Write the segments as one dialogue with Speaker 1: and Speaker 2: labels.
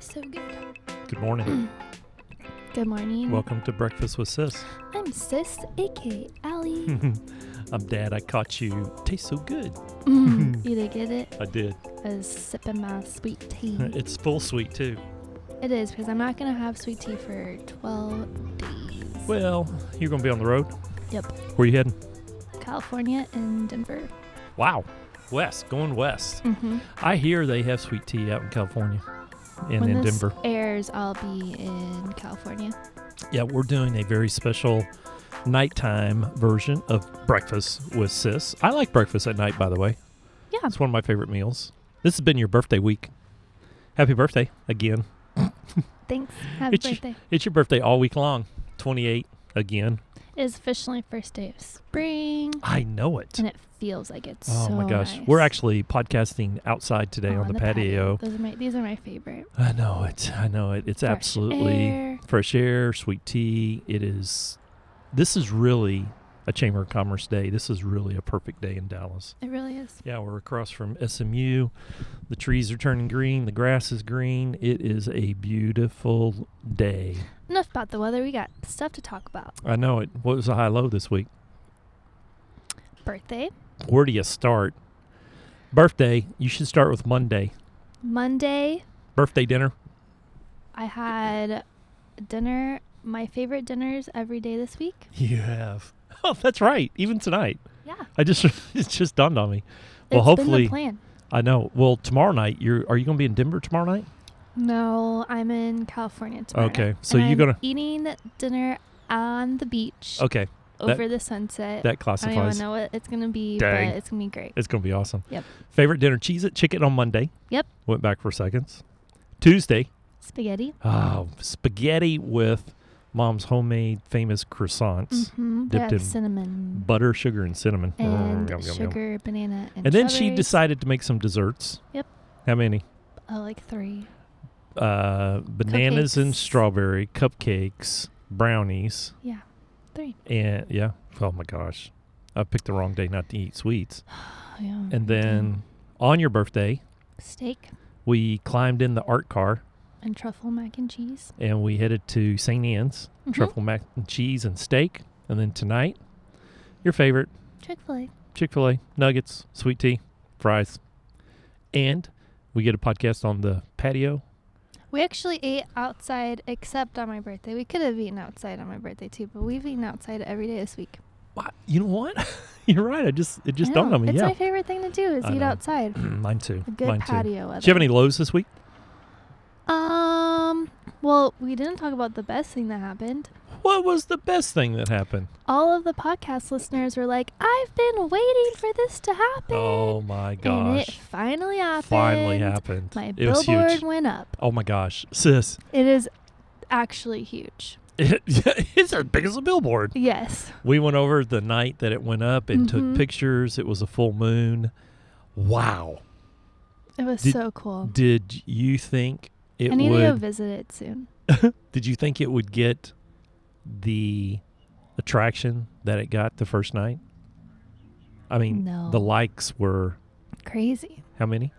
Speaker 1: So good.
Speaker 2: Good morning.
Speaker 1: Good morning.
Speaker 2: Welcome to Breakfast with Sis.
Speaker 1: I'm Sis, aka Allie.
Speaker 2: I'm Dad. I caught you. Tastes so good. Hmm.
Speaker 1: Mm, you did get it?
Speaker 2: I did.
Speaker 1: I was sipping my sweet tea.
Speaker 2: It's full sweet too.
Speaker 1: it is because I'm not gonna have sweet tea for 12 days.
Speaker 2: Well, you're gonna be on the road.
Speaker 1: Yep.
Speaker 2: Where you heading?
Speaker 1: California and Denver.
Speaker 2: Wow. West. Going west.
Speaker 1: Mm-hmm.
Speaker 2: I hear they have sweet tea out in California and
Speaker 1: when
Speaker 2: in
Speaker 1: this
Speaker 2: Denver.
Speaker 1: airs, I'll be in California.
Speaker 2: Yeah, we're doing a very special nighttime version of Breakfast with Sis. I like breakfast at night, by the way.
Speaker 1: Yeah.
Speaker 2: It's one of my favorite meals. This has been your birthday week. Happy birthday again.
Speaker 1: Thanks. Happy
Speaker 2: It's-
Speaker 1: birthday.
Speaker 2: It's your birthday all week long. 28 again.
Speaker 1: It is officially first day of spring,
Speaker 2: I know it.
Speaker 1: and it feels like it's
Speaker 2: oh
Speaker 1: so
Speaker 2: my gosh.
Speaker 1: nice.
Speaker 2: We're actually podcasting outside today
Speaker 1: Oh,
Speaker 2: on, the, patio.
Speaker 1: Those are my, these are my favorite.
Speaker 2: I know it. I know it. It's
Speaker 1: Fresh
Speaker 2: absolutely
Speaker 1: air.
Speaker 2: fresh air, sweet tea. It is this is really a Chamber of Commerce day. This is really a perfect day in Dallas.
Speaker 1: It really is.
Speaker 2: Yeah, we're across from SMU. The trees are turning green, the grass is green. It is a beautiful day.
Speaker 1: Enough about the weather. We got stuff to talk about.
Speaker 2: I know it. What was the high low this week?
Speaker 1: Birthday,
Speaker 2: Where do you start? Birthday, you should start with Monday.
Speaker 1: Monday.
Speaker 2: Birthday dinner.
Speaker 1: I had dinner. My favorite dinners every day this week.
Speaker 2: You have. Oh, that's right. Even tonight.
Speaker 1: Yeah.
Speaker 2: I just it just dawned on me.
Speaker 1: It's
Speaker 2: Well,
Speaker 1: been
Speaker 2: hopefully
Speaker 1: the plan.
Speaker 2: I know. Well, tomorrow night you're are you going to be in Denver tomorrow night?
Speaker 1: No, I'm in California tomorrow.
Speaker 2: Okay,
Speaker 1: night,
Speaker 2: so
Speaker 1: and
Speaker 2: you
Speaker 1: I'm
Speaker 2: gonna-
Speaker 1: eating dinner on the beach
Speaker 2: Okay,
Speaker 1: over the sunset.
Speaker 2: that
Speaker 1: I don't even
Speaker 2: classifies.
Speaker 1: know what it's gonna be,
Speaker 2: Dang.
Speaker 1: but it's gonna be great.
Speaker 2: It's going to be awesome.
Speaker 1: Yep.
Speaker 2: Favorite dinner cheese it chicken on Monday.
Speaker 1: Yep.
Speaker 2: Went back for seconds. Tuesday,
Speaker 1: Spaghetti.
Speaker 2: oh, spaghetti with mom's homemade famous croissants,
Speaker 1: Mm-hmm. They
Speaker 2: dipped
Speaker 1: have
Speaker 2: in
Speaker 1: cinnamon
Speaker 2: butter, sugar and cinnamon. Mm,
Speaker 1: Mm-hmm. and
Speaker 2: yum, yum, yum.
Speaker 1: sugar, banana, and
Speaker 2: And then she
Speaker 1: strawberries.
Speaker 2: decided to make some desserts.
Speaker 1: Yep.
Speaker 2: How many?
Speaker 1: Oh, like three.
Speaker 2: Uh, bananas and
Speaker 1: Cupcakes.
Speaker 2: strawberry cupcakes, brownies,
Speaker 1: Yeah, three.
Speaker 2: and yeah. Oh my gosh, I picked the wrong day not to eat sweets.
Speaker 1: Oh, yeah.
Speaker 2: And then
Speaker 1: Mm-hmm.
Speaker 2: on your birthday,
Speaker 1: steak
Speaker 2: we climbed in the art car
Speaker 1: and truffle mac and cheese.
Speaker 2: and we headed to St. Anne's
Speaker 1: Mhm.
Speaker 2: truffle mac and cheese and steak. And then tonight, your favorite
Speaker 1: Chick fil A.
Speaker 2: Chick Fil A nuggets, sweet tea, fries, and we get a podcast on the patio.
Speaker 1: We actually ate outside except on my birthday. We could have eaten outside on my birthday too, but we've eaten outside every day this week.
Speaker 2: Wow, you know what? You're right. I just it just
Speaker 1: I
Speaker 2: dawned
Speaker 1: know.
Speaker 2: on me.
Speaker 1: It's
Speaker 2: yeah.
Speaker 1: my favorite thing to do is
Speaker 2: I
Speaker 1: eat
Speaker 2: know.
Speaker 1: outside.
Speaker 2: Mm, Mine too.
Speaker 1: A good
Speaker 2: Mine too.
Speaker 1: patio weather.
Speaker 2: Do you have any lows this week?
Speaker 1: Um, well, we didn't talk about the best thing that happened.
Speaker 2: What was the best thing that happened?
Speaker 1: All of the podcast listeners were like, "I've been waiting for this to happen."
Speaker 2: Oh my
Speaker 1: and it
Speaker 2: gosh.
Speaker 1: finally happened.
Speaker 2: Finally happened.
Speaker 1: My
Speaker 2: it was
Speaker 1: billboard
Speaker 2: huge.
Speaker 1: went up.
Speaker 2: Oh my gosh. Sis,
Speaker 1: It is actually huge.
Speaker 2: it, it's as big as a billboard.
Speaker 1: Yes.
Speaker 2: We went over the night that it went up and
Speaker 1: Mhm.
Speaker 2: took pictures. It was a full moon. Wow.
Speaker 1: It was
Speaker 2: Did-
Speaker 1: so cool.
Speaker 2: Did you think it
Speaker 1: I need to go
Speaker 2: would
Speaker 1: visit it soon.
Speaker 2: Did you think it would get the attraction that it got the first night? I mean,
Speaker 1: No.
Speaker 2: the likes were
Speaker 1: Crazy.
Speaker 2: how many?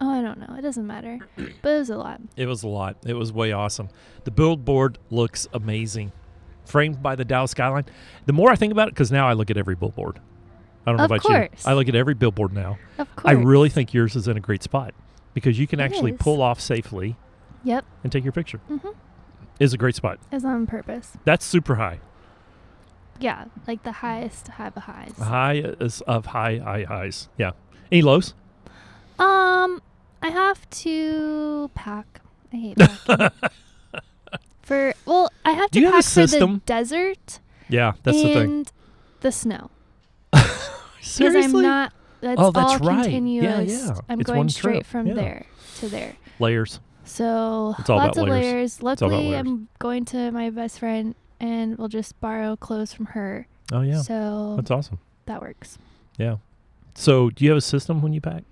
Speaker 1: Oh, I don't know. It doesn't matter. But it was a lot.
Speaker 2: It was a lot. It was way awesome. The billboard looks amazing, framed by the Dallas skyline. The more I think about it, because now I look at every billboard. I don't know
Speaker 1: Of
Speaker 2: about
Speaker 1: course.
Speaker 2: you. I look at every billboard now.
Speaker 1: Of course.
Speaker 2: I really think yours is in a great spot because you can
Speaker 1: It
Speaker 2: actually
Speaker 1: is.
Speaker 2: pull off safely
Speaker 1: Yep.
Speaker 2: and take your picture.
Speaker 1: Mm-hmm.
Speaker 2: Is a great spot.
Speaker 1: It's on purpose.
Speaker 2: That's super high.
Speaker 1: Yeah. Like the highest high of highs.
Speaker 2: High is of high high highs. Yeah. Any lows? Uh-huh.
Speaker 1: Um, I have to pack. I hate packing. for well, I have to
Speaker 2: Do you
Speaker 1: pack
Speaker 2: have a
Speaker 1: for the
Speaker 2: system?
Speaker 1: desert
Speaker 2: Yeah, that's the thing.
Speaker 1: and the snow because
Speaker 2: Seriously,
Speaker 1: I'm not. That's
Speaker 2: Oh, that's
Speaker 1: all
Speaker 2: right. Yeah,
Speaker 1: continuous.
Speaker 2: yeah.
Speaker 1: I'm
Speaker 2: It's
Speaker 1: going
Speaker 2: one
Speaker 1: straight
Speaker 2: trip.
Speaker 1: from
Speaker 2: Yeah.
Speaker 1: there to there.
Speaker 2: layers.
Speaker 1: So
Speaker 2: It's all
Speaker 1: lots
Speaker 2: about
Speaker 1: of
Speaker 2: layers.
Speaker 1: layers.
Speaker 2: all about
Speaker 1: Luckily,
Speaker 2: layers.
Speaker 1: I'm going to my best friend, and we'll just borrow clothes from her.
Speaker 2: Oh yeah,
Speaker 1: So
Speaker 2: that's awesome.
Speaker 1: that works.
Speaker 2: Yeah. So, do you have a system when you pack?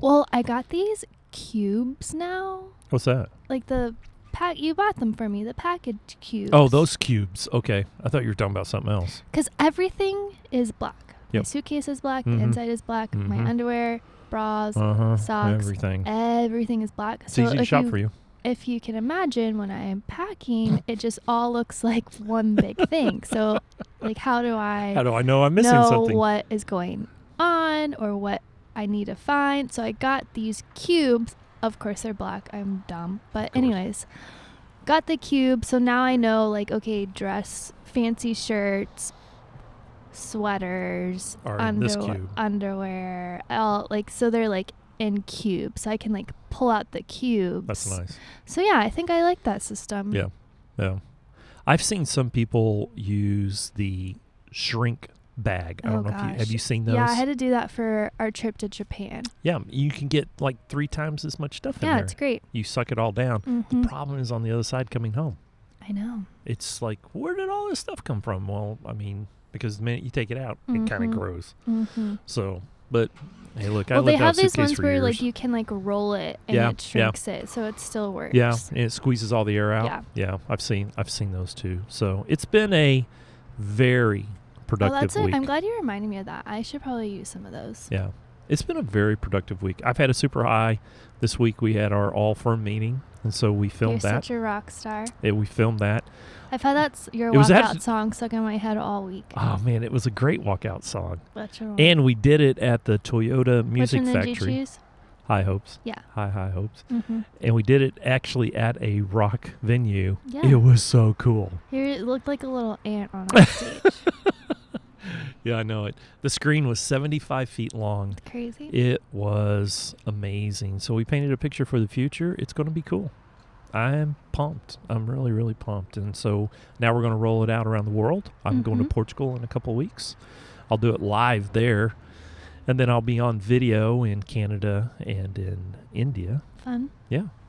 Speaker 1: Well, I got these cubes now,
Speaker 2: What's that?
Speaker 1: like the pack. You bought them for me. The package cubes.
Speaker 2: Oh, those cubes. Okay. I thought you were talking about something else.
Speaker 1: Because everything is black. My
Speaker 2: Yep.
Speaker 1: suitcase is black.
Speaker 2: Mhm.
Speaker 1: The inside is black.
Speaker 2: Mhm.
Speaker 1: My underwear, bras,
Speaker 2: Uh huh.
Speaker 1: socks,
Speaker 2: Everything.
Speaker 1: everything is black.
Speaker 2: It's
Speaker 1: so
Speaker 2: easy to
Speaker 1: if
Speaker 2: shop
Speaker 1: you,
Speaker 2: for you.
Speaker 1: If you can imagine, when I am packing, it just all looks like one big thing. So, like, how do I?
Speaker 2: How do I know I'm missing
Speaker 1: know
Speaker 2: something?
Speaker 1: what is going on or what I need to find. So I got these cubes. Of course, they're black. I'm dumb. But,
Speaker 2: course.
Speaker 1: anyways, got the cube. So now I know, like, okay, dress, fancy shirts, sweaters,
Speaker 2: Are in this
Speaker 1: underwe-
Speaker 2: cube.
Speaker 1: underwear, all like, so they're like in cubes. So I can, like, pull out the cubes.
Speaker 2: That's nice.
Speaker 1: So, yeah, I think I like that system.
Speaker 2: Yeah. Yeah. I've seen some people use the shrink bag. I
Speaker 1: Oh,
Speaker 2: don't know if you have
Speaker 1: gosh.
Speaker 2: you seen those?
Speaker 1: Yeah, I had to do that for our trip to Japan.
Speaker 2: Yeah, you can get like three times as much stuff in
Speaker 1: Yeah,
Speaker 2: there.
Speaker 1: it's great.
Speaker 2: you suck it all down.
Speaker 1: Mhm.
Speaker 2: The problem is on the other side coming home.
Speaker 1: I know.
Speaker 2: It's like, where did all this stuff come from? Well, I mean, because the minute you take it out, it kind
Speaker 1: Mhm.
Speaker 2: of grows.
Speaker 1: Mm-hmm.
Speaker 2: So, but hey, look, I
Speaker 1: well, they
Speaker 2: lived out
Speaker 1: have these
Speaker 2: suitcase
Speaker 1: ones
Speaker 2: for
Speaker 1: where
Speaker 2: years.
Speaker 1: like you can like roll it and
Speaker 2: Yeah,
Speaker 1: it
Speaker 2: yeah.
Speaker 1: shrinks it, so it still works.
Speaker 2: yeah, and it squeezes all the air out.
Speaker 1: Yeah.
Speaker 2: I've seen I've seen those too. So it's been a very
Speaker 1: Well,
Speaker 2: productive
Speaker 1: that's it.
Speaker 2: week.
Speaker 1: I'm glad you reminded me of that. I should probably use some of those.
Speaker 2: Yeah. It's been a very productive week. I've had a super high. This week we had our all firm meeting, and so we
Speaker 1: You're
Speaker 2: filmed that.
Speaker 1: such a rock star.
Speaker 2: And we filmed that.
Speaker 1: I've had that s- your
Speaker 2: It was
Speaker 1: walkout
Speaker 2: actu-
Speaker 1: song stuck in my head all week.
Speaker 2: Oh man, it was a great walkout song.
Speaker 1: Which one?
Speaker 2: And we did it at the Toyota
Speaker 1: Oh, Which
Speaker 2: Music
Speaker 1: one did you
Speaker 2: Factory.
Speaker 1: choose?
Speaker 2: High hopes.
Speaker 1: Yeah.
Speaker 2: High high hopes.
Speaker 1: hmm
Speaker 2: And we did it actually at a rock venue.
Speaker 1: Yeah.
Speaker 2: It was so cool.
Speaker 1: Here it looked like a little ant on our stage.
Speaker 2: Yeah, I know it. The screen was 75 feet long.
Speaker 1: Crazy.
Speaker 2: It was amazing. So we painted a picture for the future. It's going to be cool. I'm pumped. I'm really, really pumped. And so now we're going to roll it out around the world. I'm going to
Speaker 1: Mhm.
Speaker 2: Portugal in a couple weeks. I'll do it live there. And then I'll be on video in Canada and in India.
Speaker 1: Fun.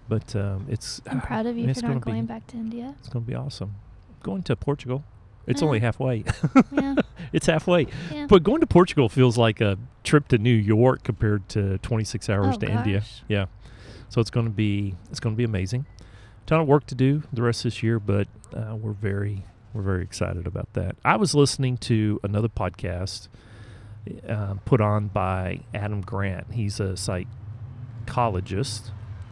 Speaker 2: But um, it's
Speaker 1: I'm proud of you
Speaker 2: it's
Speaker 1: for not
Speaker 2: gonna
Speaker 1: going
Speaker 2: be,
Speaker 1: back to India.
Speaker 2: It's going to be awesome. Going to Portugal. It's
Speaker 1: Yeah.
Speaker 2: only halfway.
Speaker 1: Yeah.
Speaker 2: it's halfway.
Speaker 1: yeah.
Speaker 2: But going to Portugal feels like a trip to New York compared to 26 hours
Speaker 1: Oh,
Speaker 2: to India.
Speaker 1: gosh.
Speaker 2: Yeah. So it's going to be it's going to be amazing. Ton of work to do the rest of this year, but uh, we're very we're very excited about that. I was listening to another podcast uh, put on by Adam Grant. He's a psychologist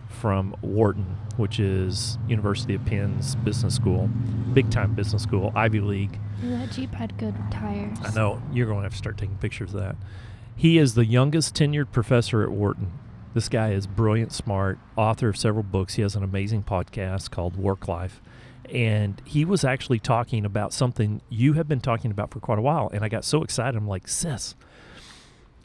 Speaker 2: from Wharton, which is University of Penn's business school, big time business school, Ivy League.
Speaker 1: Ooh, that Jeep had good tires.
Speaker 2: I know you're going to have to start taking pictures of that. He is the youngest tenured professor at Wharton. This guy is brilliant, smart, author of several books. He has an amazing podcast called Work Life. And he was actually talking about something you have been talking about for quite a while. And I got so excited. I'm like, sis,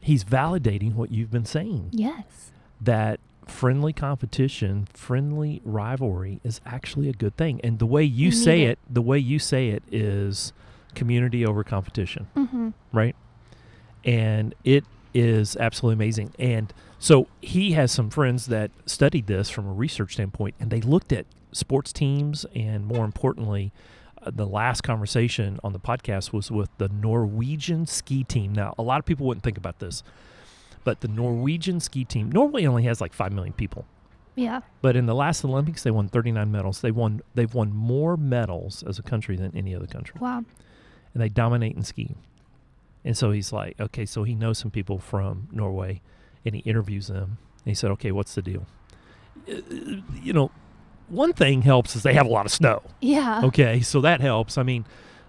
Speaker 2: he's validating what you've been saying
Speaker 1: Yes.
Speaker 2: that friendly competition, friendly rivalry is actually a good thing. And the way you
Speaker 1: We need
Speaker 2: say
Speaker 1: it.
Speaker 2: it, the way you say it is community over competition
Speaker 1: Mm-hmm.
Speaker 2: right? And it is absolutely amazing. And so he has some friends that studied this from a research standpoint, and they looked at sports teams, and more importantly, uh, the last conversation on the podcast was with the Norwegian ski team. Now, a lot of people wouldn't think about this, but the Norwegian ski team normally only has like 5 million people.
Speaker 1: Yeah.
Speaker 2: But in the last Olympics, they won 39 medals. They won they've won more medals as a country than any other country
Speaker 1: Wow.
Speaker 2: and they dominate in skiing. And so he's like, okay, so he knows some people from Norway, and he interviews them. And he said, okay, what's the deal? Uh, You know, one thing helps is they have a lot of snow.
Speaker 1: Yeah.
Speaker 2: Okay, so that helps. I mean,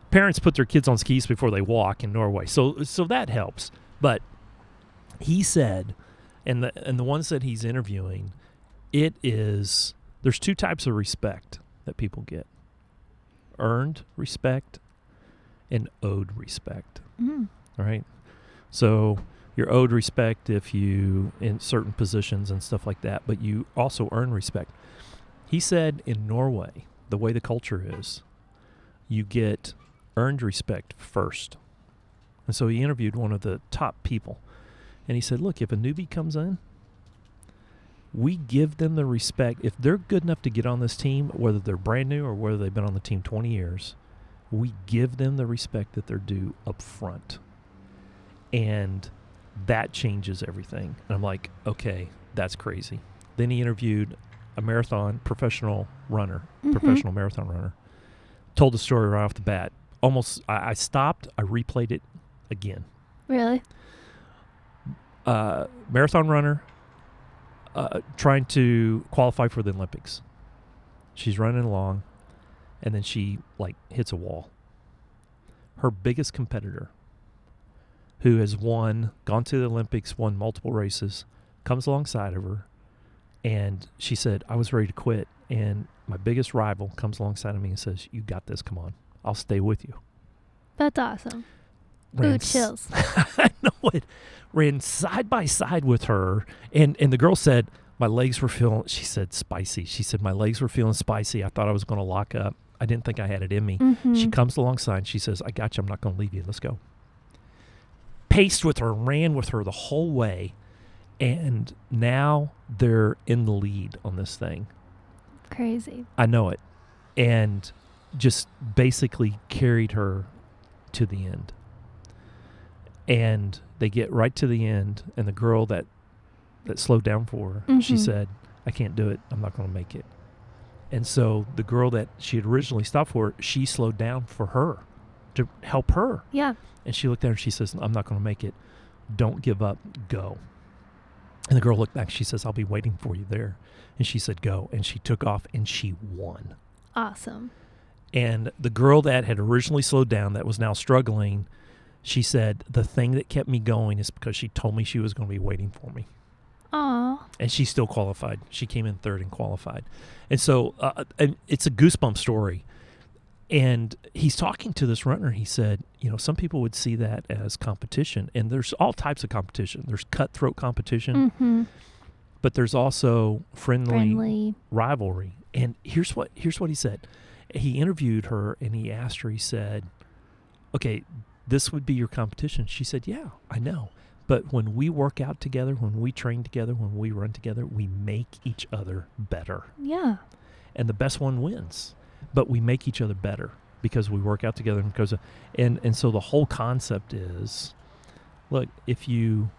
Speaker 2: parents put their kids on skis before they walk in Norway, so so that helps. But he said, and the and the ones that he's interviewing, it is there's two types of respect that people get: earned respect and owed respect.
Speaker 1: Mm.
Speaker 2: All right, so you're owed respect if you in certain positions and stuff like that, but you also earn respect. He said in Norway, the way the culture is, you get earned respect first. And so he interviewed one of the top people. And he said, Look, if a newbie comes in, we give them the respect. If they're good enough to get on this team, whether they're brand new or whether they've been on the team 20 years, we give them the respect that they're due up front. And that changes everything. And I'm like, okay, that's crazy. Then he interviewed a marathon professional runner,
Speaker 1: Mhm.
Speaker 2: professional marathon runner, told the story right off the bat. Almost, I, I stopped, I replayed it again.
Speaker 1: Really?
Speaker 2: Uh, marathon runner uh, trying to qualify for the Olympics. She's running along, and then she like hits a wall. Her biggest competitor, who has won, gone to the Olympics, won multiple races, comes alongside of her, and she said, "I was ready to quit." And my biggest rival comes alongside of me and says, "You got this. Come on, I'll stay with you."
Speaker 1: That's awesome.
Speaker 2: Ran
Speaker 1: Ooh,
Speaker 2: s-
Speaker 1: chills.
Speaker 2: I know it. Ran side by side with her, and and the girl said my legs were feeling. She said spicy. She said my legs were feeling spicy. I thought I was going to lock up. I didn't think I had it in me. She
Speaker 1: Mhm.
Speaker 2: comes alongside. She says, "I got you. I'm not going to leave you. Let's go." Paced with her, ran with her the whole way, and now they're in the lead on this thing.
Speaker 1: Crazy.
Speaker 2: I know it, and just basically carried her to the end. And they get right to the end, and the girl that that slowed down for her, she
Speaker 1: Mhm.
Speaker 2: said, "I can't do it. I'm not going to make it." And so the girl that she had originally stopped for, she slowed down for her to help her.
Speaker 1: Yeah.
Speaker 2: And she looked at her and she says, I'm not going to make it. Don't give up. Go. And the girl looked back. She says, I'll be waiting for you there. And she said, Go. And she took off and she won.
Speaker 1: Awesome.
Speaker 2: And the girl that had originally slowed down, that was now struggling, she said, The thing that kept me going is because she told me she was going to be waiting for me.
Speaker 1: Aw.
Speaker 2: And she still qualified. She came in third and qualified. And so uh, and it's a goosebump story. And he's talking to this runner. He said, you know, some people would see that as competition. And there's all types of competition there's cutthroat competition,
Speaker 1: Mm-hmm.
Speaker 2: but there's also friendly
Speaker 1: Friendly.
Speaker 2: rivalry. And here's what here's what he said. He interviewed her and he asked her. He said, "Okay, this would be your competition." She said, "Yeah, I know. But when we work out together, when we train together, when we run together, we make each other better,
Speaker 1: Yeah.
Speaker 2: and the best one wins. But we make each other better because we work out together and because and and so the whole concept is, look, if you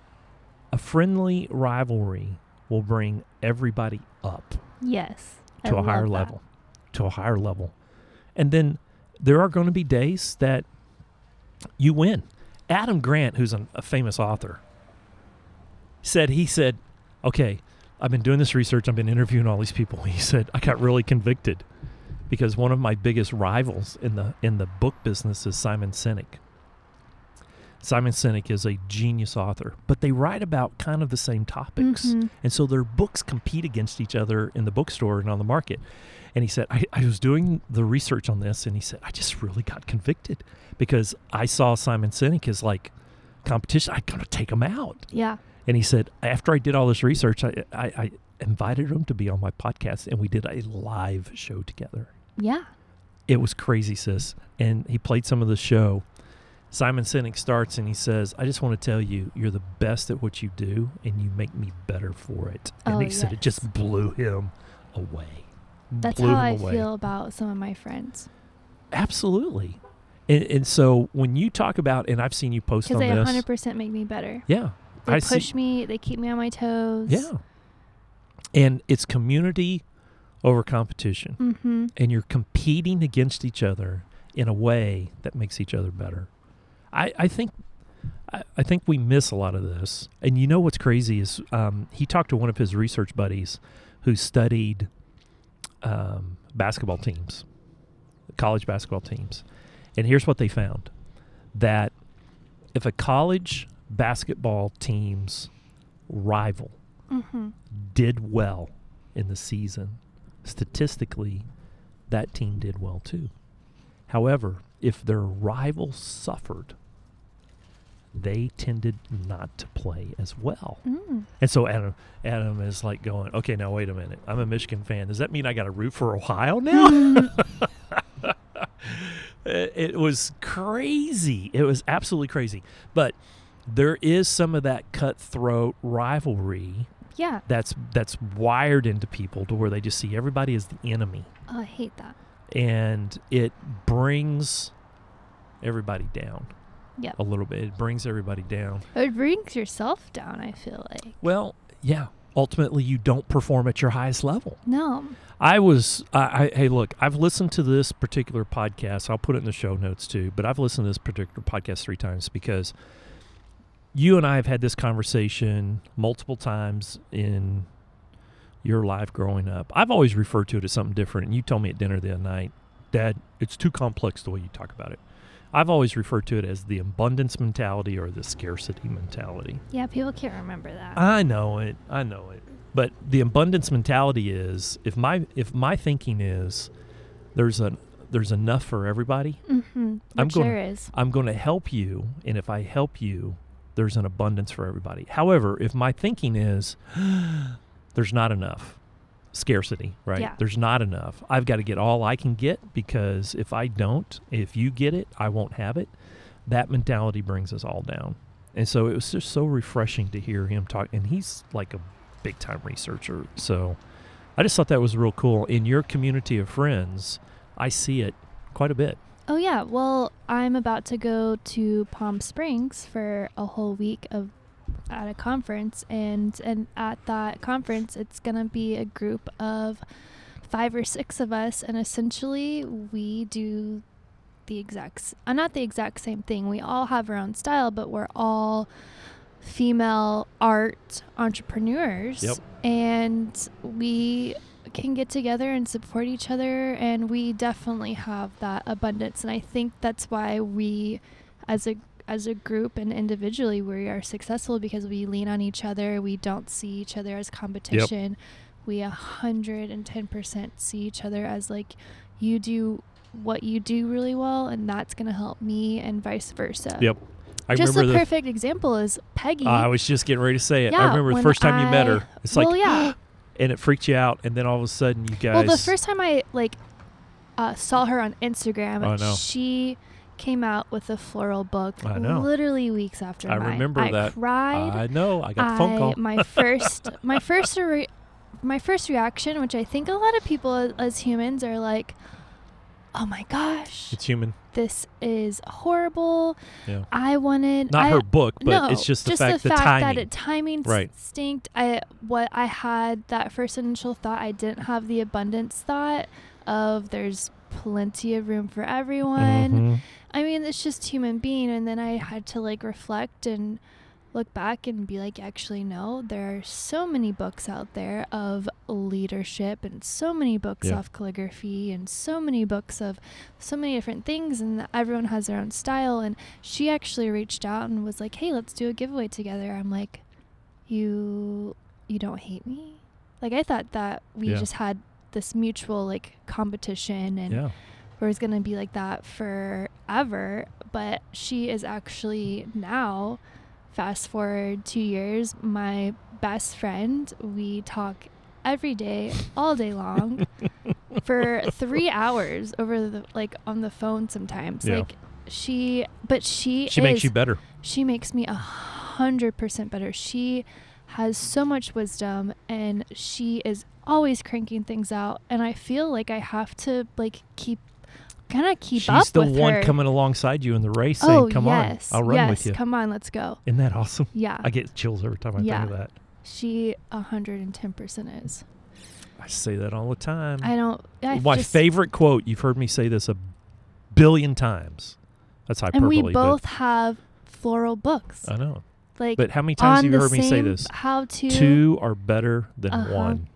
Speaker 2: a friendly rivalry will bring everybody up."
Speaker 1: Yes. I
Speaker 2: to a higher
Speaker 1: love that.
Speaker 2: level to a higher level and then there are going to be days that you win adam grant who's an, a famous author said he said okay i've been doing this research i've been interviewing all these people he said i got really convicted because one of my biggest rivals in the in the book business is simon sinek simon sinek is a genius author but they write about kind of the same topics
Speaker 1: Mhm.
Speaker 2: and so their books compete against each other in the bookstore and on the market. And he said, I, I was doing the research on this, and he said, I just really got convicted because I saw Simon Sinek as like competition. I'm going to take him out.
Speaker 1: Yeah.
Speaker 2: And he said, after I did all this research, I, I, I invited him to be on my podcast, and we did a live show together.
Speaker 1: Yeah.
Speaker 2: It was crazy, sis. And he played some of the show. Simon Sinek starts and he says, I just want to tell you, you're the best at what you do and you make me better for it. And
Speaker 1: Oh,
Speaker 2: he said it just
Speaker 1: yes.
Speaker 2: blew him away.
Speaker 1: That's
Speaker 2: blew
Speaker 1: how
Speaker 2: him
Speaker 1: I
Speaker 2: away.
Speaker 1: feel about some of my friends.
Speaker 2: Absolutely. And, and so when you talk about, and I've seen you post
Speaker 1: Because
Speaker 2: on
Speaker 1: they
Speaker 2: this.
Speaker 1: 100% make me better.
Speaker 2: yeah.
Speaker 1: They
Speaker 2: I see-
Speaker 1: push me. They keep me on my toes.
Speaker 2: Yeah. And it's community over competition.
Speaker 1: Mm-hmm.
Speaker 2: and you're competing against each other in a way that makes each other better. I, I think I, I think we miss a lot of this. And you know what's crazy is um, he talked to one of his research buddies who studied um, basketball teams, college basketball teams, and here's what they found: that if a college basketball team's rival
Speaker 1: Mm-hmm.
Speaker 2: did well in the season, statistically, that team did well too. However, if their rival suffered, they tended not to play as well.
Speaker 1: Mm.
Speaker 2: And so Adam Adam is like going, okay, now wait a minute. I'm a Michigan fan. Does that mean I got to root for Ohio now? it it was crazy. It was absolutely crazy. But there is some of that cutthroat rivalry
Speaker 1: Yeah.
Speaker 2: that's that's wired into people to where they just see everybody as the enemy
Speaker 1: Oh, I hate that.
Speaker 2: and it brings everybody down
Speaker 1: Yep.
Speaker 2: a little bit it brings everybody down
Speaker 1: It brings yourself down, I feel like.
Speaker 2: well yeah ultimately you don't perform at your highest level.
Speaker 1: No.
Speaker 2: I was, I, I, hey, look, I've listened to this particular podcast. I'll put it in the show notes too, but I've listened to this particular podcast three times because you and I have had this conversation multiple times in your life growing up. I've always referred to it as something different. And you told me at dinner the other night, Dad, it's too complex the way you talk about it. I've always referred to it as the abundance mentality or the scarcity mentality.
Speaker 1: Yeah, people can't remember that.
Speaker 2: I know it. I know it. But the abundance mentality is if my if my thinking is there's an there's enough for everybody.
Speaker 1: mm-hmm.
Speaker 2: I'm
Speaker 1: Which
Speaker 2: going-
Speaker 1: there is.
Speaker 2: I'm going to help you, and if I help you, there's an abundance for everybody. However, if my thinking is there's not enough scarcity, right?
Speaker 1: Yeah.
Speaker 2: There's not enough. I've got to get all I can get because if I don't, if you get it, I won't have it. That mentality brings us all down. And so it was just so refreshing to hear him talk and he's like a big time researcher. So I just thought that was real cool. In your community of friends, I see it quite a bit.
Speaker 1: Oh yeah. Well, I'm about to go to Palm Springs for a whole week of at a conference, and and at that conference, it's gonna be a group of five or six of us, and essentially we do the exact s- uh, not the exact same thing. We all have our own style, but we're all female art entrepreneurs,
Speaker 2: Yep.
Speaker 1: and we can get together and support each other and we definitely have that abundance and i think that's why we as a as a group and individually we are successful because we lean on each other we don't see each other as competition we a 110% see each other as like you do what you do really well and that's going to help me and vice versa
Speaker 2: Yep. I
Speaker 1: just a
Speaker 2: remember the
Speaker 1: perfect example is peggy
Speaker 2: Uh, I was just getting ready to say it. I
Speaker 1: Mhm. Yeah,
Speaker 2: remember the
Speaker 1: when
Speaker 2: first time you met
Speaker 1: I-
Speaker 2: her. It's
Speaker 1: well
Speaker 2: like,
Speaker 1: yeah
Speaker 2: and it freaked you out, and then all of a sudden you guys.
Speaker 1: Well, the first time I like uh, saw her on Instagram,
Speaker 2: Oh, no.
Speaker 1: she came out with a floral book.
Speaker 2: I know.
Speaker 1: Literally weeks after
Speaker 2: I
Speaker 1: mine.
Speaker 2: remember
Speaker 1: I
Speaker 2: that.
Speaker 1: Cried.
Speaker 2: I know. I got a phone call.
Speaker 1: my first, my first, re- my first reaction, which I think a lot of people as, as humans are like, "Oh my gosh,
Speaker 2: It's human.
Speaker 1: this is horrible."
Speaker 2: Yeah.
Speaker 1: I wanted
Speaker 2: Not
Speaker 1: I,
Speaker 2: her book, but
Speaker 1: no,
Speaker 2: it's just the fact the, timing.
Speaker 1: that it timing
Speaker 2: Right.
Speaker 1: right. stinked. I what I had that first initial thought. I didn't have the abundance thought of there's plenty of room for everyone.
Speaker 2: Mhm.
Speaker 1: I mean, it's just human being. And then I had to like reflect and look back and be like, actually, no, there are so many books out there of leadership and so many books
Speaker 2: Yeah.
Speaker 1: of calligraphy and so many books of so many different things. And everyone has their own style. And she actually reached out and was like, hey, let's do a giveaway together. I'm like, you, you don't hate me? Like, I thought that we
Speaker 2: Yeah.
Speaker 1: just had this mutual like competition and
Speaker 2: Yeah.
Speaker 1: or is going to be like that forever. But she is actually now, fast forward two years, my best friend. We talk every day, all day long, for three hours over the like on the phone sometimes.
Speaker 2: Yeah.
Speaker 1: Like she, but she
Speaker 2: She
Speaker 1: is,
Speaker 2: makes you better.
Speaker 1: she makes me a hundred percent better. She has so much wisdom and she is always cranking things out and I feel like I have to like keep kind of keep up
Speaker 2: She's the
Speaker 1: with
Speaker 2: one
Speaker 1: her.
Speaker 2: coming alongside you in the race
Speaker 1: oh,
Speaker 2: saying, come
Speaker 1: yes.
Speaker 2: on, I'll run
Speaker 1: yes,
Speaker 2: with you.
Speaker 1: Come on, let's go.
Speaker 2: Isn't that awesome?
Speaker 1: Yeah.
Speaker 2: I get chills every time I
Speaker 1: Yeah.
Speaker 2: think of that.
Speaker 1: she hundred and ten percent is.
Speaker 2: I say that all the time.
Speaker 1: I don't I
Speaker 2: Mm. My
Speaker 1: just,
Speaker 2: favorite quote, you've heard me say this a billion times. That's
Speaker 1: and
Speaker 2: hyperbole.
Speaker 1: we
Speaker 2: but
Speaker 1: both have floral books.
Speaker 2: I know.
Speaker 1: like
Speaker 2: But how many times
Speaker 1: on
Speaker 2: have
Speaker 1: the
Speaker 2: you heard me say
Speaker 1: same
Speaker 2: this?
Speaker 1: How to
Speaker 2: Two are better than
Speaker 1: Uh-huh.
Speaker 2: one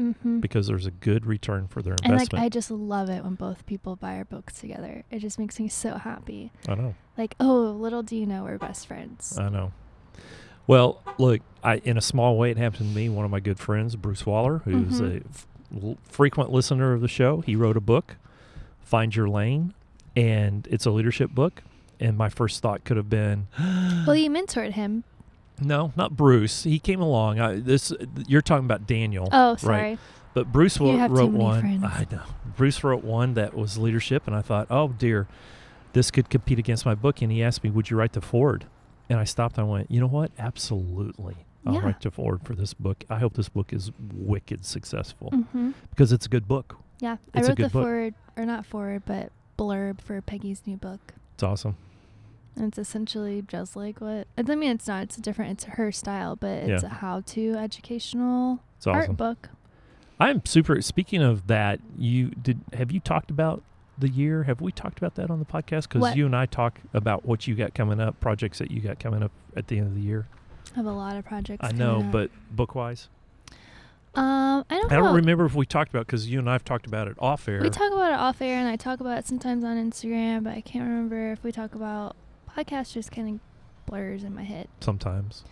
Speaker 1: mhm.
Speaker 2: because there's a good return for their
Speaker 1: And like
Speaker 2: investment.
Speaker 1: I just love it when both people buy our books together. It just makes me so happy.
Speaker 2: I know.
Speaker 1: Like, oh, little do you know we're best friends.
Speaker 2: I know. Well, look, I in a small way it happened to me. One of my good friends, Bruce Waller, who's
Speaker 1: Mhm.
Speaker 2: a f- l- frequent listener of the show, he wrote a book, Find Your Lane, and it's a leadership book. And my first thought could have been,
Speaker 1: well, you mentored him.
Speaker 2: no, not Bruce. He came along. I, this you're talking about Daniel.
Speaker 1: Oh, sorry.
Speaker 2: Right. But Bruce wo-
Speaker 1: You have too
Speaker 2: wrote
Speaker 1: many
Speaker 2: one.
Speaker 1: friends.
Speaker 2: I know. Bruce wrote one that was leadership, and I thought, oh dear, this could compete against my book. And he asked me, would you write to Ford? And I stopped. and I went, you know what? Absolutely, I'll
Speaker 1: Yeah.
Speaker 2: write to Ford for this book. I hope this book is wicked successful
Speaker 1: Mm-hmm.
Speaker 2: because it's a good book.
Speaker 1: Yeah,
Speaker 2: Oh. It's a
Speaker 1: I wrote
Speaker 2: good
Speaker 1: the
Speaker 2: book.
Speaker 1: forward or not forward, but blurb for Peggy's new book.
Speaker 2: It's awesome.
Speaker 1: And it's essentially just like what I mean. It's not. It's different. It's her style, but it's
Speaker 2: Yeah.
Speaker 1: a how-to educational
Speaker 2: It's awesome.
Speaker 1: art book.
Speaker 2: I'm super. Speaking of that, you did. Have you talked about the year? Have we talked about that on the podcast? Because
Speaker 1: What?
Speaker 2: you and I talk about what you got coming up, projects that you got coming up at the end of the year.
Speaker 1: I have a lot of projects.
Speaker 2: I
Speaker 1: coming
Speaker 2: know,
Speaker 1: up.
Speaker 2: but book wise,
Speaker 1: um, I don't.
Speaker 2: I don't
Speaker 1: know.
Speaker 2: remember if we talked about because you and I've talked about it off air.
Speaker 1: We talk about it off air, and I talk about it sometimes on Instagram, but I can't remember if we talk about podcast. Just kind of blurs in my head.
Speaker 2: sometimes.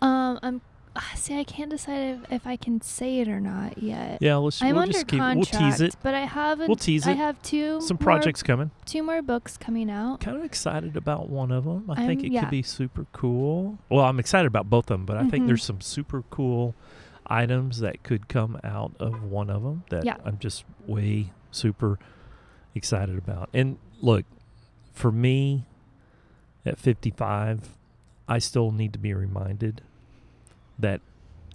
Speaker 1: Um, I'm ah, see. I can't decide if, if I can say it or not yet.
Speaker 2: Yeah, let's.
Speaker 1: I'm
Speaker 2: we'll
Speaker 1: under
Speaker 2: just keep.
Speaker 1: contract,
Speaker 2: We'll tease it.
Speaker 1: but I haven't.
Speaker 2: We'll tease
Speaker 1: I
Speaker 2: it.
Speaker 1: have two
Speaker 2: Some
Speaker 1: more-
Speaker 2: projects coming.
Speaker 1: two more books coming out.
Speaker 2: Kind of excited about one of them. I think
Speaker 1: I'm-
Speaker 2: it
Speaker 1: yeah.
Speaker 2: could be super cool. Well, I'm excited about both of them, but I think
Speaker 1: Mhm.
Speaker 2: there's some super cool items that could come out of one of them that
Speaker 1: Yeah.
Speaker 2: I'm just way super excited about. And look, for me at 55, I still need to be reminded that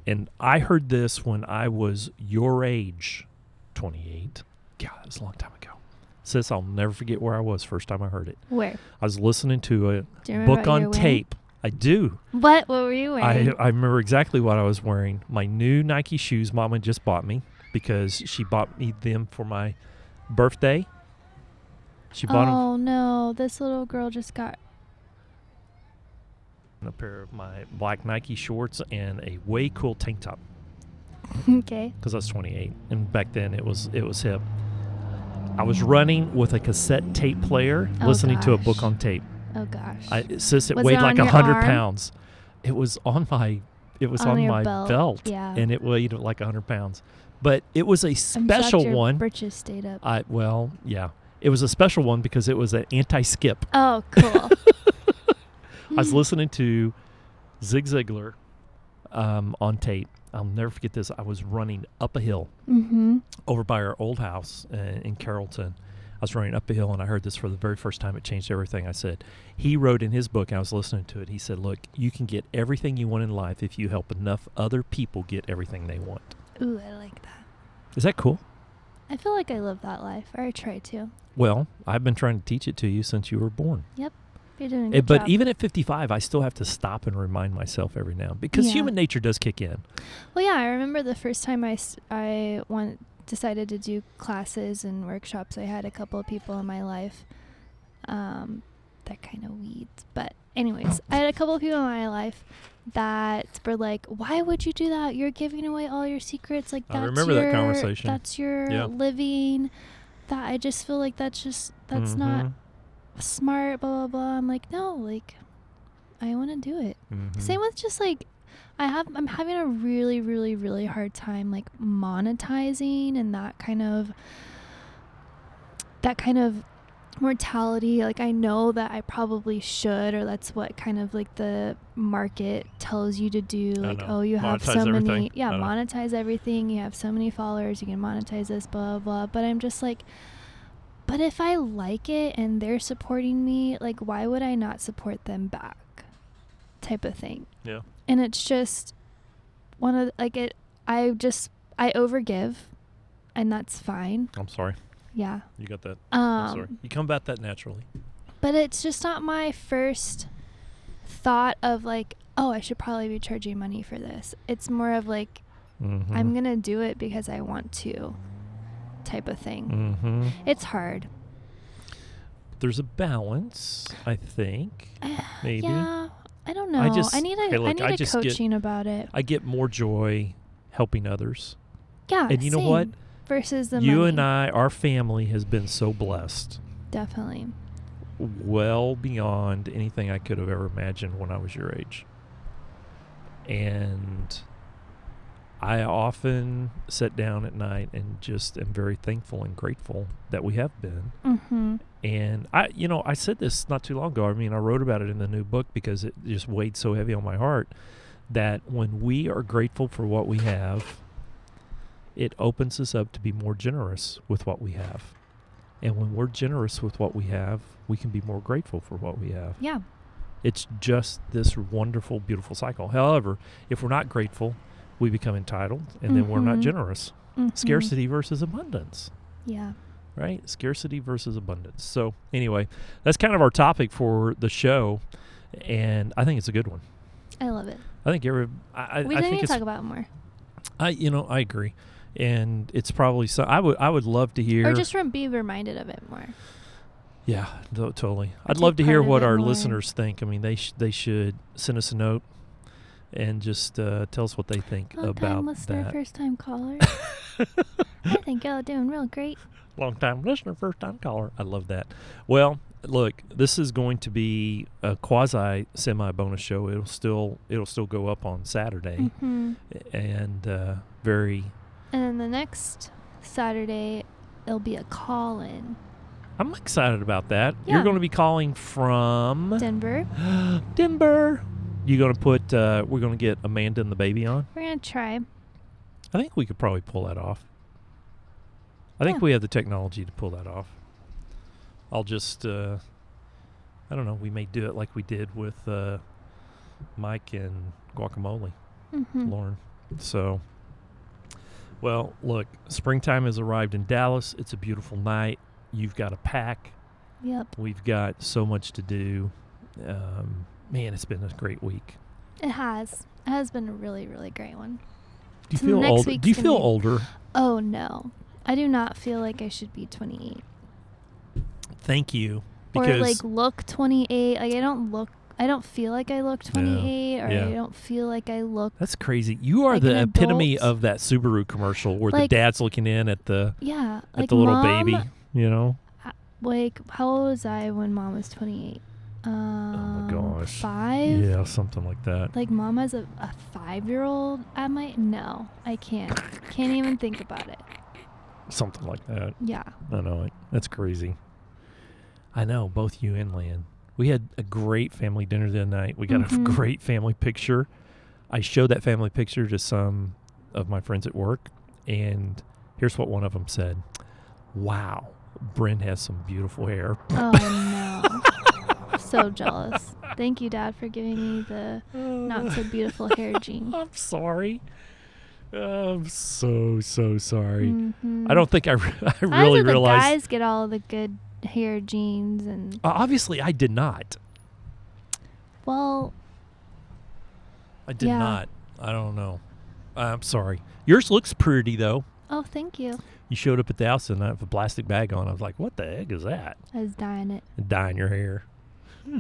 Speaker 2: and I heard this when I was your age, 28. God, that's a long time ago. Sis, I'll never forget where I was first time I heard it.
Speaker 1: Where?
Speaker 2: I was listening to a
Speaker 1: Do you remember
Speaker 2: book
Speaker 1: what you
Speaker 2: on
Speaker 1: were wearing?
Speaker 2: tape. I do.
Speaker 1: What? What were you
Speaker 2: I,
Speaker 1: wearing?
Speaker 2: I remember exactly what I was wearing. My new Nike shoes Mama just bought me because she bought me them for my birthday. She bought them
Speaker 1: oh no! This little girl just got. Oh.
Speaker 2: a pair of my black Nike shorts and a way cool tank top.
Speaker 1: okay.
Speaker 2: because I was 28, and back then it was it was hip. I was running with a cassette tape player,
Speaker 1: Oh,
Speaker 2: listening to a
Speaker 1: gosh.
Speaker 2: book on tape.
Speaker 1: Oh gosh.
Speaker 2: I, sis, it
Speaker 1: Was it
Speaker 2: weighed like
Speaker 1: on your
Speaker 2: hundred
Speaker 1: arm?
Speaker 2: pounds. It was on my, it was
Speaker 1: On
Speaker 2: on,
Speaker 1: your
Speaker 2: my belt,
Speaker 1: belt, yeah.
Speaker 2: and it weighed like hundred pounds. But it was a
Speaker 1: I'm shocked
Speaker 2: special
Speaker 1: your
Speaker 2: one.
Speaker 1: Britches stayed up.
Speaker 2: I well, yeah, it was a special one because it was an anti-skip.
Speaker 1: oh, cool.
Speaker 2: I was listening to Zig Ziglar um, on tape. I'll never forget this. I was running up a hill.
Speaker 1: mm-hmm.
Speaker 2: over by our old house uh, in Carrollton. I was running up a hill and I heard this for the very first time. It changed everything. I said, he wrote in his book, and I was listening to it. He said, Look, you can get everything you want in life if you help enough other people get everything they want.
Speaker 1: Ooh, I like that.
Speaker 2: Is that cool?
Speaker 1: I feel like I live that life, or I try to.
Speaker 2: Well, I've been trying to teach it to you since you were born.
Speaker 1: You're doing a
Speaker 2: Eh,
Speaker 1: good
Speaker 2: but
Speaker 1: job.
Speaker 2: even at 55, I still have to stop and remind myself every now and because
Speaker 1: Yeah.
Speaker 2: human nature does kick in.
Speaker 1: Well, yeah, I remember the first time I, s- I want, decided to do classes and workshops. I had a couple of people in my life um, that kind of weeds. But, anyways, I had a couple of people in my life that were like, why would you do that? You're giving away all your secrets. Like,
Speaker 2: I
Speaker 1: that's
Speaker 2: remember that
Speaker 1: your,
Speaker 2: conversation.
Speaker 1: That's your
Speaker 2: Yeah.
Speaker 1: living. That I just feel like that's just, that's
Speaker 2: Mm-hmm.
Speaker 1: not smart, blah, blah, blah. I'm like, no, like, I want to do it.
Speaker 2: Mhm.
Speaker 1: Same with just like I have I'm having a really really really hard time like monetizing and that kind of that kind of mortality like I know that I probably should or that's what kind of like the market tells you to do like
Speaker 2: know.
Speaker 1: oh you have so
Speaker 2: Monetize everything.
Speaker 1: many yeah
Speaker 2: I know.
Speaker 1: monetize everything you have so many followers you can monetize this blah blah but I'm just like but if I like it and they're supporting me like why would I not support them back type of thing
Speaker 2: Yeah.
Speaker 1: and it's just one of like it i just i overgive and that's fine
Speaker 2: I'm sorry.
Speaker 1: yeah
Speaker 2: You got that. I'm sorry.
Speaker 1: um
Speaker 2: You combat that naturally.
Speaker 1: but it's just not my first thought of like oh i should probably be charging money for this it's more of like
Speaker 2: Mm-hmm.
Speaker 1: i'm gonna do it because i want to type of thing
Speaker 2: Mm-hmm.
Speaker 1: it's hard
Speaker 2: there's a balance, I think. Maybe.
Speaker 1: yeah i don't know
Speaker 2: I
Speaker 1: i,
Speaker 2: just-
Speaker 1: need a
Speaker 2: hey,
Speaker 1: I
Speaker 2: look,
Speaker 1: need
Speaker 2: I
Speaker 1: a
Speaker 2: just get-
Speaker 1: coaching about it
Speaker 2: I get more joy helping others.
Speaker 1: yeah
Speaker 2: and you know what?
Speaker 1: same. versus the
Speaker 2: you
Speaker 1: money.
Speaker 2: and I, our family has been so blessed,
Speaker 1: definitely
Speaker 2: well beyond anything I could have ever imagined when I was your age. And I often sit down at night and just am very thankful and grateful that we have been.
Speaker 1: mm-hmm
Speaker 2: And I, you know, I said this not too long ago. I mean, I wrote about it in the new book because it just weighed so heavy on my heart that when we are grateful for what we have, it opens us up to be more generous with what we have. And when we're generous with what we have, we can be more grateful for what we have.
Speaker 1: yeah
Speaker 2: It's just this wonderful, beautiful cycle. However, if we're not grateful, we become entitled and then we're not
Speaker 1: Mhm.
Speaker 2: generous.
Speaker 1: Mhm.
Speaker 2: Scarcity versus abundance.
Speaker 1: yeah
Speaker 2: right? Scarcity versus abundance. So, anyway, that's kind of our topic for the show, and I think it's a good one.
Speaker 1: I love it.
Speaker 2: I think every, I, I-
Speaker 1: we didn't
Speaker 2: I think
Speaker 1: even
Speaker 2: it's,
Speaker 1: talk about it more.
Speaker 2: I, you know, I agree, and it's probably so. I would, I would love to hear.
Speaker 1: Or just rem- be reminded of it more.
Speaker 2: Yeah, to- totally. I'd
Speaker 1: take
Speaker 2: love to hear
Speaker 1: part of
Speaker 2: what
Speaker 1: it
Speaker 2: our
Speaker 1: more.
Speaker 2: listeners think. I mean, they sh- they should send us a note and just uh, tell us what they think
Speaker 1: Long time
Speaker 2: about
Speaker 1: listener,
Speaker 2: that.
Speaker 1: first time caller. I think y'all doing real great.
Speaker 2: Long time listener, first time caller. I love that. Well, look, this is going to be a quasi semi bonus show. It'll still it'll still go up on Saturday,
Speaker 1: hmm
Speaker 2: and uh, very.
Speaker 1: And then the next Saturday, it'll be a call in
Speaker 2: I'm excited about that. You're
Speaker 1: Yeah.
Speaker 2: going to be calling from
Speaker 1: Denver.
Speaker 2: Denver. You're going to put. Uh, we're going to get Amanda and the baby on.
Speaker 1: We're gonna try.
Speaker 2: I think we could probably pull that off. I think
Speaker 1: Yeah.
Speaker 2: we have the technology to pull that off. I'll just, uh, I don't know, we may do it like we did with uh, Mike and Guacamole,
Speaker 1: hmm
Speaker 2: Lauren. So, well, look, springtime has arrived in Dallas. It's a beautiful night. You've got a pack.
Speaker 1: Yep,
Speaker 2: We've got so much to do. Um, man, it's been a great week.
Speaker 1: it has. It has been a really, really great one.
Speaker 2: Do you
Speaker 1: So
Speaker 2: feel
Speaker 1: next
Speaker 2: older?
Speaker 1: week's
Speaker 2: Do you
Speaker 1: gonna
Speaker 2: feel
Speaker 1: be-
Speaker 2: older?
Speaker 1: Oh no, I do not feel like I should be 28
Speaker 2: Thank you.
Speaker 1: or like look 28. Like I don't look. I don't feel like I look 28, or
Speaker 2: yeah.
Speaker 1: I don't feel like I look.
Speaker 2: That's crazy. You are
Speaker 1: Like
Speaker 2: the
Speaker 1: an
Speaker 2: epitome
Speaker 1: adult.
Speaker 2: of that Subaru commercial where
Speaker 1: Like-
Speaker 2: the dad's looking in at the
Speaker 1: Yeah,
Speaker 2: at
Speaker 1: like
Speaker 2: the little
Speaker 1: mom,
Speaker 2: baby. You know,
Speaker 1: Like how old was I when mom was 28? Um,
Speaker 2: Oh gosh.
Speaker 1: five.
Speaker 2: yeah, something like that.
Speaker 1: Like mom has a, a five year old at my no, I can't. Can't even think about it.
Speaker 2: Something like that.
Speaker 1: Yeah.
Speaker 2: I know it. That's crazy. I know both you and Lan. We had a great family dinner the other night. We got
Speaker 1: Mhm.
Speaker 2: a great family picture. I showed that family picture to some of my friends at work, and here's what one of them said: "Wow, Bryn has some beautiful hair."
Speaker 1: Oh no. so jealous. Thank you, Dad, for giving me the not so beautiful hair gene.
Speaker 2: I'm sorry. I'm so so sorry.
Speaker 1: Mhm.
Speaker 2: I don't think I, re- I
Speaker 1: How
Speaker 2: really
Speaker 1: did the
Speaker 2: realized.
Speaker 1: guys get all the good hair genes and
Speaker 2: Uh, obviously, I did not.
Speaker 1: well,
Speaker 2: I did
Speaker 1: Yeah.
Speaker 2: not. I don't know. I'm sorry. Yours looks pretty though.
Speaker 1: oh thank you.
Speaker 2: You showed up at the house and I have a plastic bag on. I was like, "What the heck is that?"
Speaker 1: I was dying it.
Speaker 2: Dyeing your hair.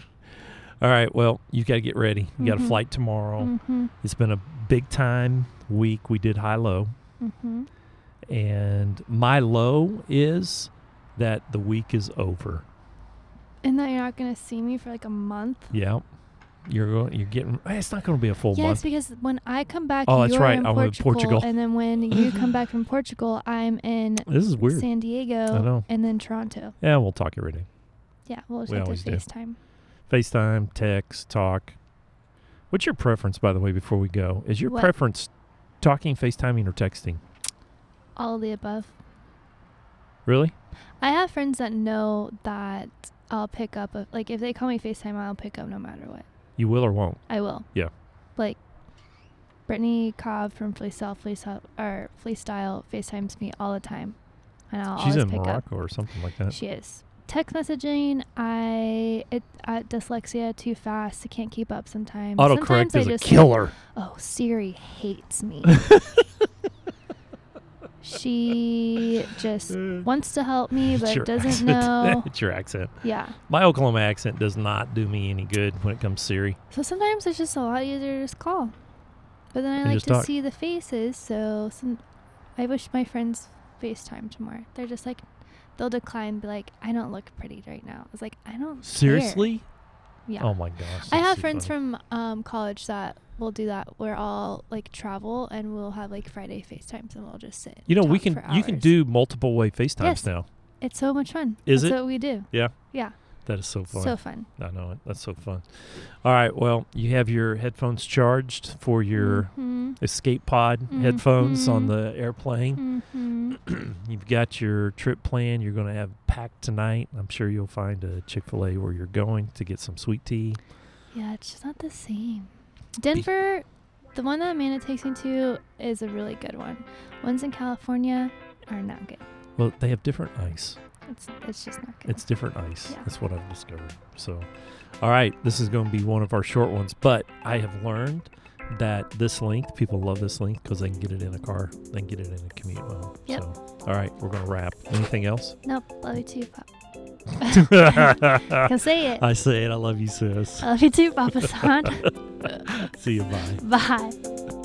Speaker 2: All right. Well, you got to get ready. You got a
Speaker 1: Mhm.
Speaker 2: flight tomorrow.
Speaker 1: Mm-hmm.
Speaker 2: It's been a big time week. We did high low.
Speaker 1: Mm-hmm.
Speaker 2: And my low is that the week is over.
Speaker 1: And that you're not gonna see me for like a month.
Speaker 2: Yeah. You're going, you're getting eh, it's not going to be a full
Speaker 1: Yes,
Speaker 2: month.
Speaker 1: because when I come back,
Speaker 2: Oh, that's
Speaker 1: you're
Speaker 2: right.
Speaker 1: in
Speaker 2: I'm in
Speaker 1: Portugal,
Speaker 2: Portugal.
Speaker 1: and then when you come back from Portugal, I'm in
Speaker 2: This is weird.
Speaker 1: San Diego,
Speaker 2: I know.
Speaker 1: and then Toronto.
Speaker 2: Yeah, we'll talk everything.
Speaker 1: Yeah, we'll just
Speaker 2: We
Speaker 1: have to
Speaker 2: always do.
Speaker 1: FaceTime.
Speaker 2: FaceTime, text, talk. What's your preference by the way before we go? Is your
Speaker 1: What?
Speaker 2: preference talking, FaceTiming or texting?
Speaker 1: All of the above.
Speaker 2: Really?
Speaker 1: I have friends that know that I'll pick up. A, like if they call me FaceTime, I'll pick up no matter what.
Speaker 2: You will or won't.
Speaker 1: I will.
Speaker 2: Yeah.
Speaker 1: Like Brittany Cobb from Fleestyle, Fleestyle, or Fleestyle FaceTimes me all the time, and I'll
Speaker 2: She's
Speaker 1: always
Speaker 2: in
Speaker 1: pick up.
Speaker 2: Morocco or something like that.
Speaker 1: She is. Text messaging, I it uh, dyslexia too fast. I can't keep up sometimes. sometimes
Speaker 2: Autocorrect
Speaker 1: I
Speaker 2: is a
Speaker 1: just-
Speaker 2: killer.
Speaker 1: Oh, Siri hates me. she just wants to help me,
Speaker 2: It's
Speaker 1: but
Speaker 2: your
Speaker 1: doesn't
Speaker 2: accent.
Speaker 1: know.
Speaker 2: it's your accent.
Speaker 1: Yeah.
Speaker 2: My Oklahoma accent does not do me any good when it comes to Siri.
Speaker 1: So sometimes it's just a lot easier to just call. But then I
Speaker 2: And
Speaker 1: like
Speaker 2: just
Speaker 1: to
Speaker 2: talk.
Speaker 1: see the faces. So some, I wish my friends FaceTime tomorrow. They're just like, they'll decline, be like, I don't look pretty right now. I was like, I don't. care."
Speaker 2: Seriously?
Speaker 1: Yeah.
Speaker 2: Oh my gosh.
Speaker 1: I
Speaker 2: that's
Speaker 1: have
Speaker 2: too
Speaker 1: friends
Speaker 2: funny.
Speaker 1: from um, college that will do that. We're all like travel and we'll have like Friday FaceTimes and we'll just sit. and
Speaker 2: You know, we
Speaker 1: talk
Speaker 2: can
Speaker 1: for
Speaker 2: you can
Speaker 1: hours.
Speaker 2: do multiple way FaceTimes
Speaker 1: Yes.
Speaker 2: now.
Speaker 1: It's so much fun.
Speaker 2: Is
Speaker 1: That's
Speaker 2: it?
Speaker 1: what we do.
Speaker 2: Yeah.
Speaker 1: Yeah.
Speaker 2: That is so fun.
Speaker 1: So fun.
Speaker 2: I know it. That's so fun. All right. Well, you have your headphones charged for your
Speaker 1: Mhm,
Speaker 2: escape pod headphones
Speaker 1: Mhm.
Speaker 2: on the airplane.
Speaker 1: mhm.
Speaker 2: You've got your trip plan. You're going to have packed tonight. I'm sure you'll find a Chick fil A where you're going to get some sweet tea.
Speaker 1: yeah, it's just not the same. Denver, the one that Amanda takes me to is a really good one. Ones in California are not good.
Speaker 2: Well, they have different ice.
Speaker 1: It's, it's just not good.
Speaker 2: It's different ice.
Speaker 1: Yeah.
Speaker 2: That's what I've discovered. So, all right, this is going to be one of our short ones, but I have learned that this length, people love this length because they can get it in a car, they can get it in a commute mode.
Speaker 1: Yep.
Speaker 2: So, all right, we're going to wrap. Anything else?
Speaker 1: nope. Love you too, Pop.
Speaker 2: I
Speaker 1: Can say it.
Speaker 2: say it. I love you, sis.
Speaker 1: I love you too, Papa San.
Speaker 2: See you. Bye.
Speaker 1: Bye.